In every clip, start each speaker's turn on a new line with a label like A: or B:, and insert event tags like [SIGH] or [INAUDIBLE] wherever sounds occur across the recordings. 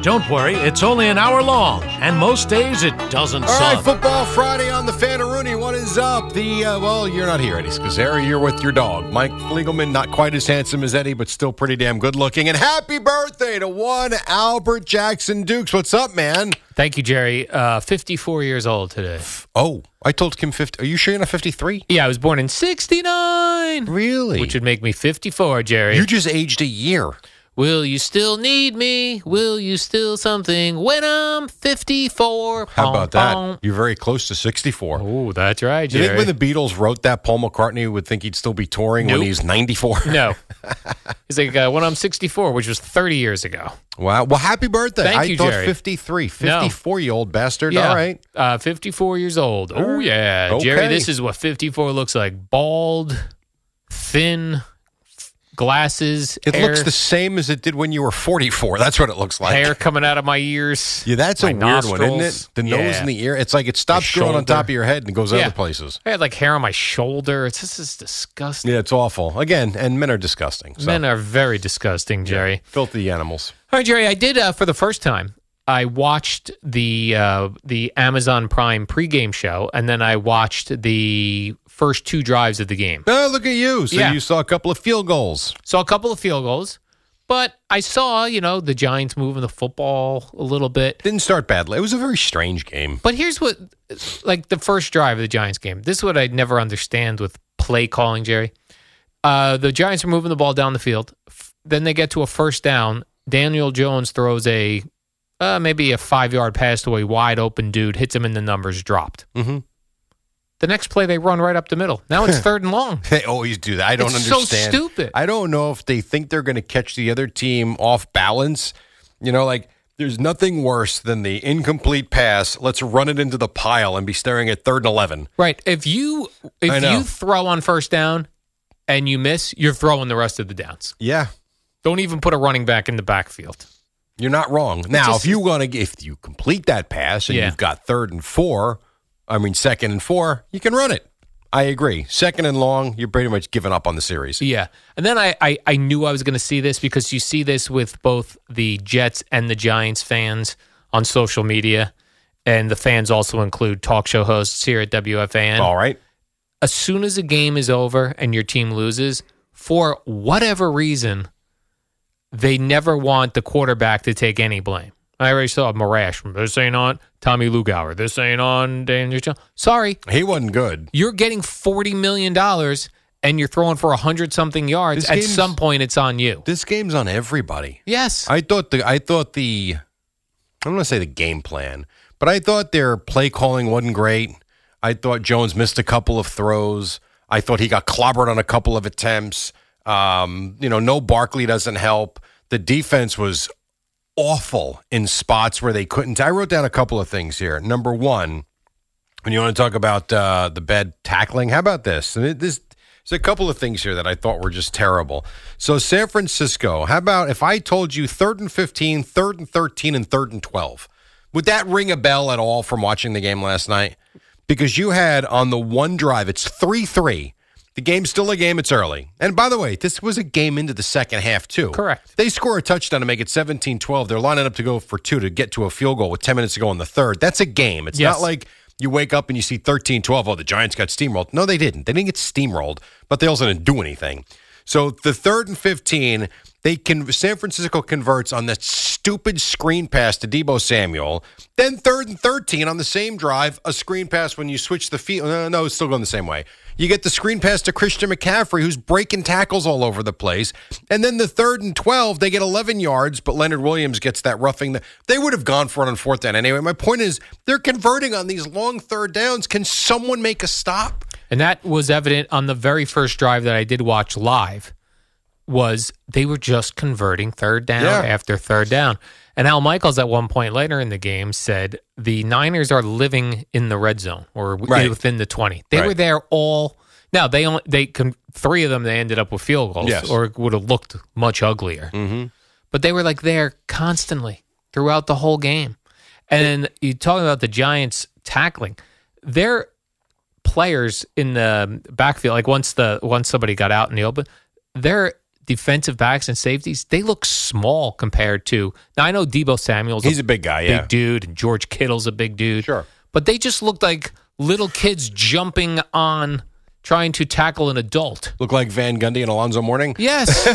A: Don't worry, it's only an hour long, and most days it doesn't
B: All right,
A: suck.
B: football Friday on the Fantaroonie. What is up? The uh, well, you're not here, Eddie Scazzeri. You're with your dog, Mike Fliegelman. Not quite as handsome as Eddie, but still pretty damn good looking. And happy birthday to one Albert Jackson Dukes. What's up, man?
C: Thank you, Jerry. Uh, 54 years old today.
B: Oh, I told Kim fifty. Are you sure you're not fifty three?
C: Yeah, I was born in 69,
B: Really?
C: which would make me 54, Jerry.
B: you just aged a year.
C: Will you still need me? Will you still something when I'm 54?
B: How about that? You're very close to sixty four.
C: Oh, that's right,
B: Do you
C: Jerry.
B: think when the Beatles wrote that, Paul McCartney would think he'd still be touring when
C: Nope.
B: he's ninety four?
C: no. He's like, uh, when I'm 64, which was 30 years ago.
B: [LAUGHS] Wow. Well, happy birthday.
C: Thank
B: I
C: you,
B: thought
C: Jerry.
B: 53,
C: No.
B: 54 year old bastard.
C: Yeah.
B: All right. Er,
C: Uh, 54 years old. Oh, yeah.
B: Okay.
C: Jerry, this is what 54 looks like bald, thin, glasses.
B: It
C: hair,
B: looks the same as it did when you were 44. That's what it looks like.
C: hair coming out of my ears.
B: Yeah, that's a
C: my
B: weird one, isn't it?
C: nostrils.
B: The nose
C: Yeah.
B: and the ear. It's like it stops growing on
C: shoulder.
B: top of your head and goes
C: Yeah.
B: other places.
C: I had like hair on my shoulder. It's, this is disgusting.
B: Yeah, it's awful. Again, and men are disgusting. So.
C: Men are very disgusting, Jerry.
B: filthy animals.
C: All right, Jerry. I did uh, for the first time. I watched the uh, the Amazon Prime pregame show, and then I watched the first two drives of the game.
B: Oh, look at you. So
C: Yeah.
B: you saw a couple of field goals.
C: Saw a couple of field goals, but I saw you know the Giants moving the football a little bit.
B: Didn't start badly. It was a very strange game. [LAUGHS]
C: But here's what, like the first drive of the Giants game. This is what I never understand with play calling, Jerry. Uh, the Giants are moving the ball down the field. F- then they get to a first down. Daniel Jones throws a uh, maybe a five yard pass to a wide open dude, hits him in the numbers, dropped.
B: Mhm.
C: The next play, they run right up the middle.
B: [LAUGHS]
C: Now it's third and long.
B: They always do that. I don't
C: It's so
B: understand.
C: stupid.
B: I don't know if they think they're going to catch the other team off balance. You know, like there's nothing worse than the incomplete pass. Let's run it into the pile and be staring at third and 11.
C: Right. If you
B: I
C: if
B: know.
C: you throw on first down and you miss, you're throwing the rest of the downs.
B: Yeah.
C: Don't even put a running back in the backfield.
B: You're not wrong. Now,
C: just-
B: if you want to, if you complete that pass and
C: Yeah.
B: you've got third and four, I mean second and four, you can run it. I agree. Second and long, you're pretty much giving up on the series.
C: Yeah. And then I, I, I knew I was going to see this because you see this with both the Jets and the Giants fans on social media. And the fans also include talk show hosts here at WFAN.
B: All right.
C: As soon as a game is over and your team loses, for whatever reason, they never want the quarterback to take any blame. I already saw Marash. This ain't on Tommy Lugauer. This ain't on Daniel Jones. Sorry,
B: He wasn't good.
C: you're getting forty million dollars and you're throwing for hundred something yards.
B: This
C: At
B: game's-
C: some point, it's on you.
B: This game's on everybody.
C: Yes,
B: I thought the I thought the I'm gonna say the game plan, but I thought their play calling wasn't great. I thought Jones missed a couple of throws. I thought he got clobbered on a couple of attempts. Um, you know, no Barkley doesn't help. The defense was awful in spots where they couldn't. I wrote down a couple of things here. Number one, when you want to talk about uh, the bad tackling, how about this? And it, this there's a couple of things here that I thought were just terrible. So San Francisco, how about if I told you third and 15, third and 13, and third and 12? Would that ring a bell at all from watching the game last night? Because you had on the one drive, it's 3 3. The game's still a game, it's early. And by the way, this was a game into the second half, too.
C: Correct.
B: They score a touchdown to make it 17 12. They're lining up to go for two to get to a field goal with 10 minutes to go in the third. That's a game. It's
C: Yes.
B: not like you wake up and you see 13 12. Oh, the Giants got steamrolled. No, they didn't. They didn't get steamrolled, but they also didn't do anything. So the third and 15, they can San Francisco converts on that stupid screen pass to Debo Samuel. Then third and 13 on the same drive, a screen pass when you switch the field. No, no, no, it's still going the same way. You get the screen pass to Christian McCaffrey, who's breaking tackles all over the place. And then the third and 12, they get 11 yards, but Leonard Williams gets that roughing. The, they would have gone for it on fourth down anyway. My point is, they're converting on these long third downs. Can someone make a stop?
C: And that was evident on the very first drive that I did watch live was they were just converting third down
B: Yeah.
C: after third down. And Al Michaels at one point later in the game said the Niners are living in the red zone or w-
B: Right.
C: within the 20. They were
B: Right.
C: there all now they only they con, three of them they ended up with field goals
B: Yes.
C: or it would have looked much uglier. Mm-hmm. But they were like there constantly throughout the whole game. And you talking about the Giants tackling. Their players in the backfield, like once the once somebody got out in the open, their defensive backs and safeties, they look small compared to now I know Debo Samuel's
B: He's a big guy, yeah.
C: big dude, and George Kittle's a big dude.
B: Sure.
C: But they just looked like little kids jumping on trying to tackle an adult.
B: Look like Van Gundy and Alonzo Mourning? [LAUGHS]
C: Yes.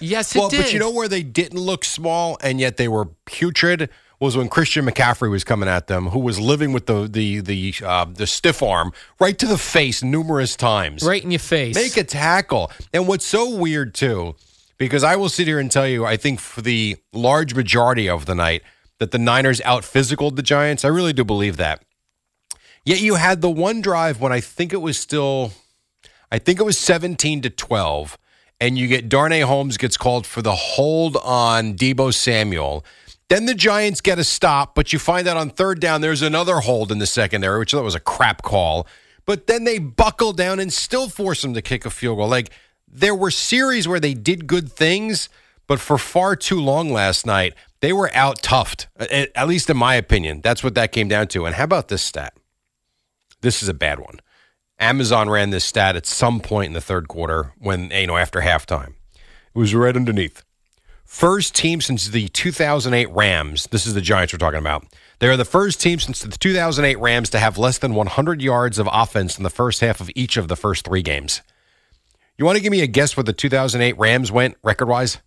C: yes, it
B: well,
C: did.
B: but you know where they didn't look small and yet they were putrid was when Christian McCaffrey was coming at them, who was living with the the the uh, the stiff arm right to the face numerous times.
C: right in your face.
B: Make a tackle. And what's so weird too, because I will sit here and tell you, I think for the large majority of the night that the Niners out physicaled the Giants. I really do believe that. Yet you had the one drive when I think it was still, I think it was seventeen to twelve, and you get Darnay Holmes gets called for the hold on Debo Samuel. Then the Giants get a stop, but you find out on third down there's another hold in the secondary, which I thought was a crap call. But then they buckle down and still force them to kick a field goal. Like there were series where they did good things, but for far too long last night they were out toughed. At at least in my opinion, that's what that came down to. And how about this stat? this is a bad one. Amazon ran this stat at some point in the third quarter when, you know, after halftime. It was right underneath. First team since the 2008 Rams. This is the Giants we're talking about. They are the first team since the 2008 Rams to have less than 100 yards of offense in the first half of each of the first three games. You want to give me a guess what the 2008 Rams went record wise?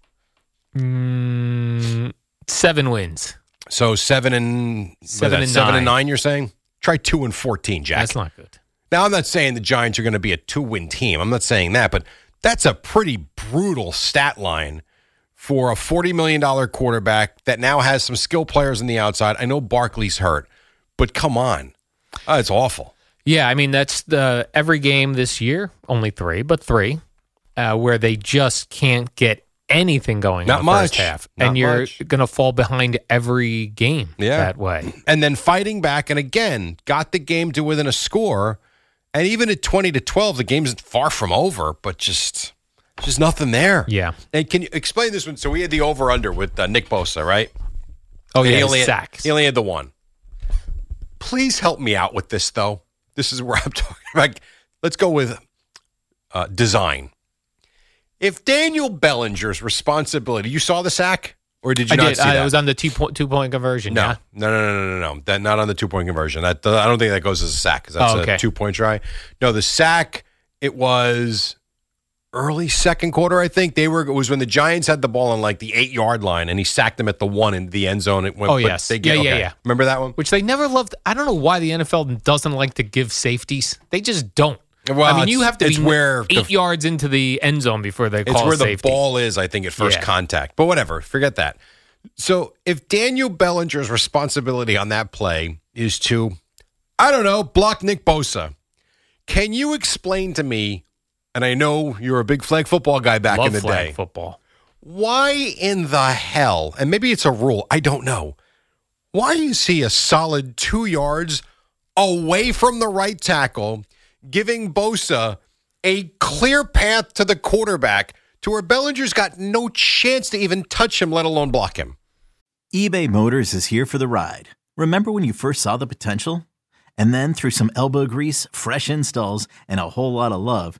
C: Mm, seven wins.
B: So seven and what is
C: Seven
B: that,
C: and
B: seven and
C: nine.
B: nine. You're saying? Try two and 14, Jack.
C: That's not good.
B: Now, I'm not saying the Giants are going to be a two win team. I'm not saying that, but that's a pretty brutal stat line for a $40 million quarterback that now has some skill players on the outside. I know Barkley's hurt, but come on. Uh, it's awful.
C: Yeah, I mean that's the every game this year, only three, but three, uh, where they just can't get anything going.
B: Not
C: in the first
B: much.
C: half,
B: Not
C: and you're
B: much.
C: gonna fall behind every game
B: Yeah.
C: that way.
B: And then fighting back and again got the game to within a score. And even at 20 to 12, the game's far from over, but just just nothing there.
C: Yeah.
B: And can you explain this one? So we had the over under with uh, Nick Bosa, right?
C: Oh
B: And
C: yeah,
B: he only, had,
C: sacks.
B: he only had the one. Please help me out with this, though. This is where [LAUGHS] I'm talking about. Let's go with uh, design. If Daniel Bellinger's responsibility, you saw the sack, or did you
C: I
B: not
C: did.
B: see
C: I,
B: that?
C: it was on the two point two point conversion.
B: no,
C: yeah?
B: no, no, no, no, no, no. That not on the two point conversion. That I don't think that goes as a sack because that's
C: Oh, okay.
B: a two point try. No, the sack. It was early second quarter. I think they were. It was when the Giants had the ball on like the eight yard line, and he sacked them at the one in the end zone. It went.
C: Oh,
B: but
C: yes.
B: They get,
C: Yeah, yeah,
B: okay.
C: yeah.
B: Remember that one?
C: which they never loved. I don't know why the NFL doesn't like to give safeties. They just don't.
B: Well,
C: I mean,
B: it's-
C: you have to
B: it's
C: be
B: where the-
C: eight yards into the end zone before they call
B: It's where
C: a
B: the
C: safety.
B: ball is, I think, at first
C: Yeah.
B: contact. But whatever, forget that. So if Daniel Bellinger's responsibility on that play is to, I don't know, block Nick Bosa, can you explain to me? And I know you're a big flag football guy back
C: Love
B: in the
C: flag
B: day.
C: football.
B: Why in the hell? And maybe it's a rule. I don't know. Why is he a solid two yards away from the right tackle, giving Bosa a clear path to the quarterback to where Bellinger's got no chance to even touch him, let alone block him?
D: eBay Motors is here for the ride. Remember when you first saw the potential? And then through some elbow grease, fresh installs, and a whole lot of love,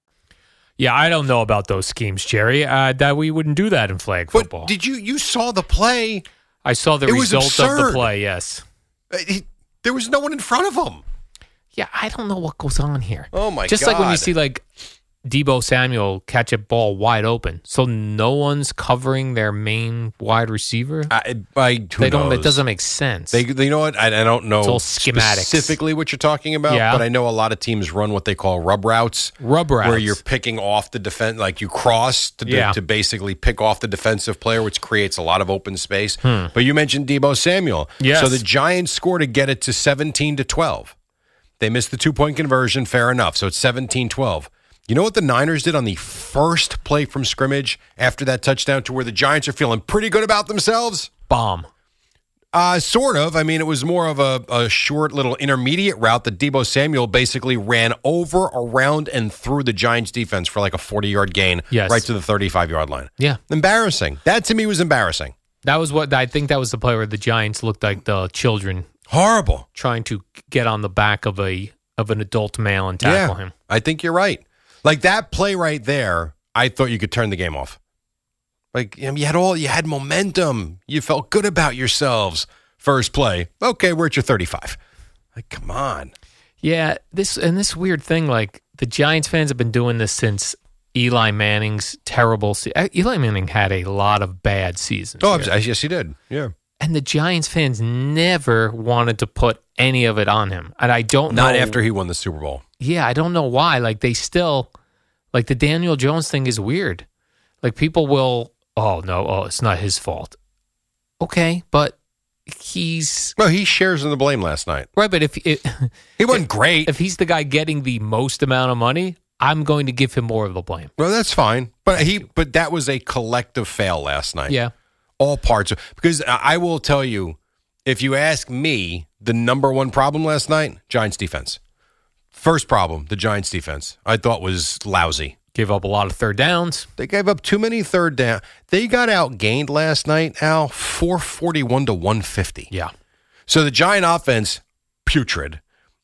C: Yeah, I don't know about those schemes, Jerry. Uh, that we wouldn't do that in flag
B: But
C: football.
B: did you you saw the play?
C: I saw the
B: It was
C: result of the
B: absurd.
C: play. Yes.
B: Uh, he- there was no one in front of him.
C: Yeah, I don't know what goes on here.
B: Oh, my
C: Just like when you
B: God.
C: see like Debo Samuel catch a ball wide open, so no one's covering their main wide receiver.
B: I, I, Uh, who
C: they don't. It
B: knows?
C: doesn't make sense.
B: They, they- you know what? I, I don't know
C: It's all schematics.
B: specifically what you're talking about,
C: Yeah.
B: but I know a lot of teams run what they call rub routes,
C: Rub routes.
B: where you're picking off the defense, like you cross to, do-
C: Yeah.
B: to basically pick off the defensive player, which creates a lot of open space. But you mentioned Debo Samuel.
C: Hmm. Yes.
B: So the Giants score to get it to 17 to 12. They missed the two point conversion, fair enough. So it's 17 12. You know what the Niners did on the first play from scrimmage after that touchdown to where the Giants are feeling pretty good about themselves?
C: bomb.
B: Uh, sort of. I mean, it was more of a, a short little intermediate route that Debo Samuel basically ran over, around, and through the Giants defense for like a 40 yard gain
C: Yes.
B: right to the 35 yard line.
C: Yeah,
B: Embarrassing. That to me was embarrassing.
C: that was what I think. That was the play where the Giants looked like the children
B: Horrible.
C: trying to get on the back of a of an adult male and tackle him.
B: I think you're right. Like that play right there, I thought you could turn the game off. Like you, know, you had all, you had momentum. You felt good about yourselves. First play. Okay, we're at your 35. Like, come on.
C: Yeah, this and this weird thing like the Giants fans have been doing this since Eli Manning's terrible se- uh, Eli Manning had a lot of bad seasons.
B: Oh,
C: here.
B: I- yes, he did. Yeah.
C: and the Giants fans never wanted to put any of it on him. And I don't
B: Not
C: know
B: after he won the Super Bowl.
C: Yeah, I don't know why like they still like the Daniel Jones thing is weird. Like people will oh no, oh it's not his fault. Okay, but he's
B: Well, he shares in the blame last night.
C: right, but if it,
B: He wasn't great.
C: if he's the guy getting the most amount of money, I'm going to give him more of the blame.
B: well, that's fine. But he but that was a collective fail last night.
C: Yeah.
B: All parts of, because I I will tell you, if you ask me, the number one problem last night, Giants defense. First problem, the Giants defense. I thought was lousy.
C: Give up a lot of third downs.
B: They gave up too many third down. They got outgained last night, Al, 441 to 150.
C: Yeah.
B: So the Giant offense, putrid.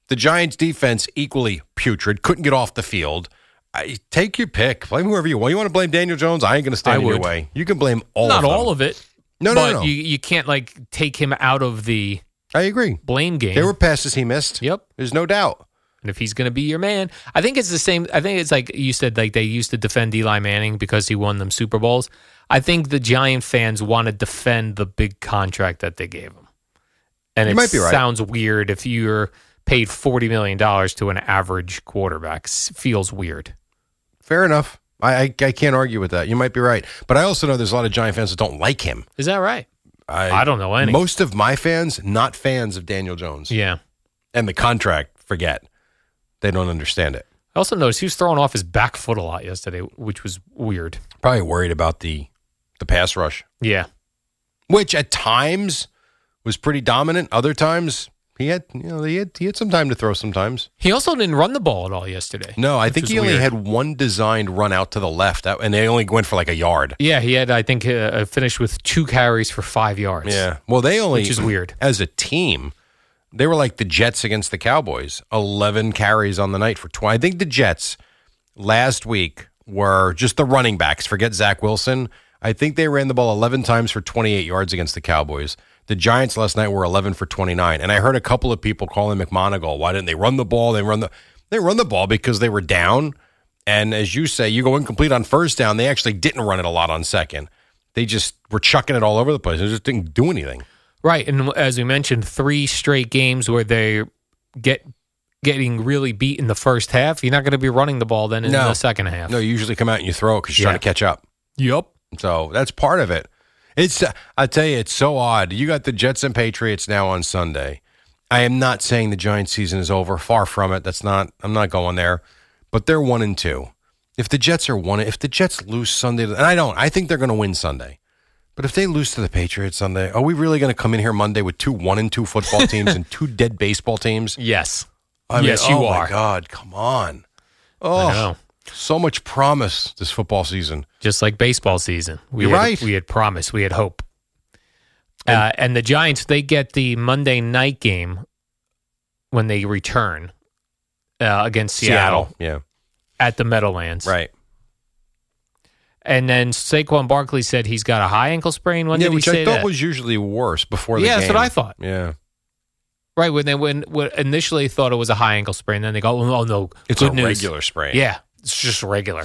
B: The Giants defense, equally putrid. Couldn't get off the field. I, take your pick. Blame whoever you want. You want to blame Daniel Jones? I ain't going to stand
C: I
B: in your
C: would.
B: way. You can blame all
C: Not
B: of them.
C: all of it.
B: No, no,
C: but
B: no.
C: You, you can't like take him out of the
B: I agree.
C: blame game.
B: There were passes he missed.
C: Yep.
B: There's no doubt.
C: And if he's going to be your man, I think it's the same. I think it's like you said, like they used to defend Eli Manning because he won them Super Bowls. I think the Giant fans want to defend the big contract that they gave him. And
B: You
C: it
B: might be right.
C: sounds weird if you're paid $40 million to an average quarterback. S- Feels weird.
B: Fair enough. I, I, I can't argue with that. You might be right. But I also know there's a lot of Giant fans that don't like him.
C: Is that right? I don't know any.
B: Most of my fans, not fans of Daniel Jones.
C: Yeah.
B: And the contract, forget. They don't understand it.
C: I also noticed he was throwing off his back foot a lot yesterday, which was weird.
B: Probably worried about the the pass rush.
C: Yeah.
B: which at times was pretty dominant. Other times he had, you know, he had, he had some time to throw. Sometimes
C: He also didn't run the ball at all yesterday.
B: no, I
C: which
B: think
C: was
B: he only
C: weird.
B: had one designed run out to the left, that- and they only went for like a yard.
C: Yeah, he had, I think, uh, finished with two carries for five yards.
B: Yeah, well, they only
C: Which is weird.
B: as a team. They were like the Jets against the Cowboys, eleven carries on the night for twenty. I think the Jets last week were just the running backs. Forget Zach Wilson. I think they ran the ball 11 times for 28 yards against the Cowboys. The Giants last night were 11 for 29, and I heard a couple of people calling McMonagle, "Why didn't they run the ball? They run the they run the ball because they were down, and as you say, you go incomplete on first down. They actually didn't run it a lot on second. They just were chucking it all over the place. They just didn't do anything.
C: Right. And as we mentioned, three straight games where they get getting really beat in the first half. You're not going to be running the ball then in
B: No.
C: the second half.
B: No, you usually come out and you throw it because you're
C: Yeah.
B: trying to catch up.
C: Yep.
B: So that's part of it. It's I tell you, it's so odd. You got the Jets and Patriots now on Sunday, I am not saying the Giants season is over. Far from it. That's not I'm not going there. But they're one and two. If the Jets are one if the Jets lose Sunday and I don't, I think they're gonna win Sunday. But if they lose to the Patriots Sunday, are we really gonna come in here Monday with two one and two football teams and two dead baseball teams?
C: Yes.
B: I
C: Yes, you
B: oh my
C: are.
B: God, come on.
C: I
B: Oh
C: know.
B: so much promise this football season.
C: Just like baseball season. We
B: You're
C: had,
B: right.
C: We had promise. We had hope. uh, and the Giants, they get the Monday night game when they return uh, against Seattle,
B: Yeah.
C: at the Meadowlands.
B: Right.
C: And then Saquon Barkley said he's got a high ankle sprain. When
B: yeah,
C: did he
B: which
C: say
B: I thought
C: that?
B: was usually worse before the
C: Yeah,
B: game.
C: that's what I thought.
B: Yeah.
C: right when they when, when initially thought it was a high ankle sprain, then they go, oh no,
B: It's
C: good
B: a
C: news.
B: regular sprain.
C: Yeah, it's just regular.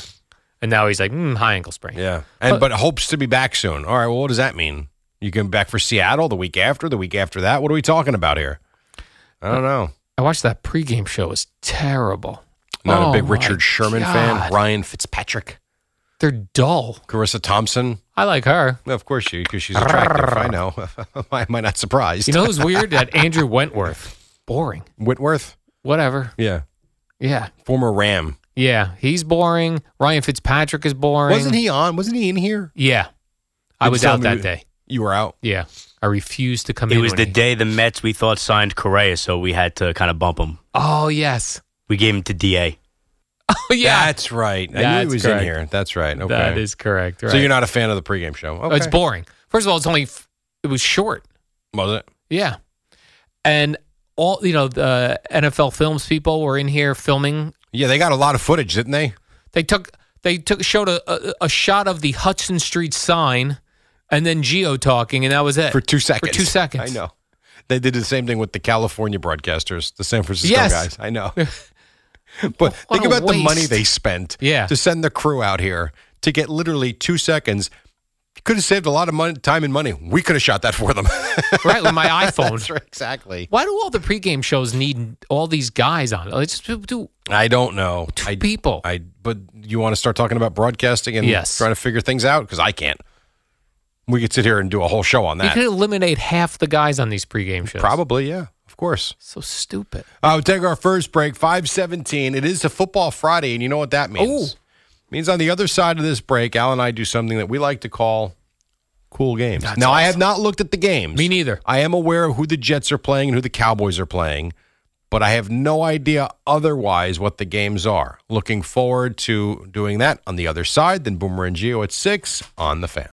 C: And now he's like, mm, high ankle sprain.
B: Yeah. And but, hopes to be back soon. All right, well what does that mean? You going back for Seattle the week after, the week after that? What are we talking about here? I don't know.
C: I watched that pregame show. It was terrible.
B: Not
C: Oh,
B: a big
C: my
B: Richard Sherman fan.
C: God.
B: Ryan Fitzpatrick,
C: They're dull.
B: Carissa Thompson.
C: I like her.
B: Well, Of course, you because she's attractive. I know. [LAUGHS] Why am I not surprised?
C: You know who's
B: [LAUGHS]
C: weird? that Andrew Wentworth. Boring.
B: Whitworth.
C: Whatever.
B: Yeah,
C: Yeah.
B: former Ram.
C: Yeah. He's boring. Ryan Fitzpatrick is boring.
B: Wasn't he on? Wasn't he in here?
C: Yeah. I
B: You
C: was
B: tell
C: out
B: me
C: that
B: you-
C: day.
B: You were out.
C: Yeah. I refused to come
E: It
C: in.
E: was
C: when
E: the
C: he-
E: day the Mets we thought signed Correa, so we had to kind of bump him.
C: Oh, yes. [LAUGHS]
E: We gave him to DA.
C: Oh, yeah.
B: that's right. I knew
C: That's
B: he was
C: correct.
B: in here. That's right. Okay.
C: That is correct. Right.
B: So you're not a fan of the pregame show? Okay.
C: It's boring. First of all, it's only, f- it was short.
B: Was it?
C: Yeah. And all, you know, the NFL films people were in here filming.
B: Yeah, they got a lot of footage, didn't they?
C: They took, they took, showed a, a, a shot of the Hudson Street sign and then Geo talking, and that was it.
B: For two seconds.
C: Uh, For two seconds.
B: I know. They did the same thing with the California broadcasters, the San Francisco
C: Yes.
B: guys. I
C: [LAUGHS]
B: know. [LAUGHS] but
C: What
B: think
C: a
B: about the money
C: waste.
B: they spent
C: Yeah.
B: to send the crew out here to get literally two seconds. Could have saved a lot of money, time and money. We could have shot that for them.
C: [LAUGHS]
B: [LAUGHS]
C: Right. With my iPhone.
B: That's right, exactly.
C: Why do all the pregame shows need all these guys on it? Let's just do
B: I don't know.
C: two
B: I,
C: people.
B: I. But you want to start talking about broadcasting and
C: Yes.
B: trying to figure things out because I can't. We could sit here and do a whole show on
C: you
B: that.
C: could eliminate half the guys on these pregame shows.
B: Probably, yeah. Of course.
C: So stupid.
B: Uh, we'll take our first break, 517. It is a football Friday, and you know what that means?
C: Ooh.
B: means on the other side of this break, Al and I do something that we like to call cool games. now, I have not looked at the games.
C: Me neither.
B: I am aware of who the Jets are playing and who the Cowboys are playing, but I have no idea otherwise what the games are. Looking forward to doing that on the other side. Then Boomer and Geo at 6 on the fan.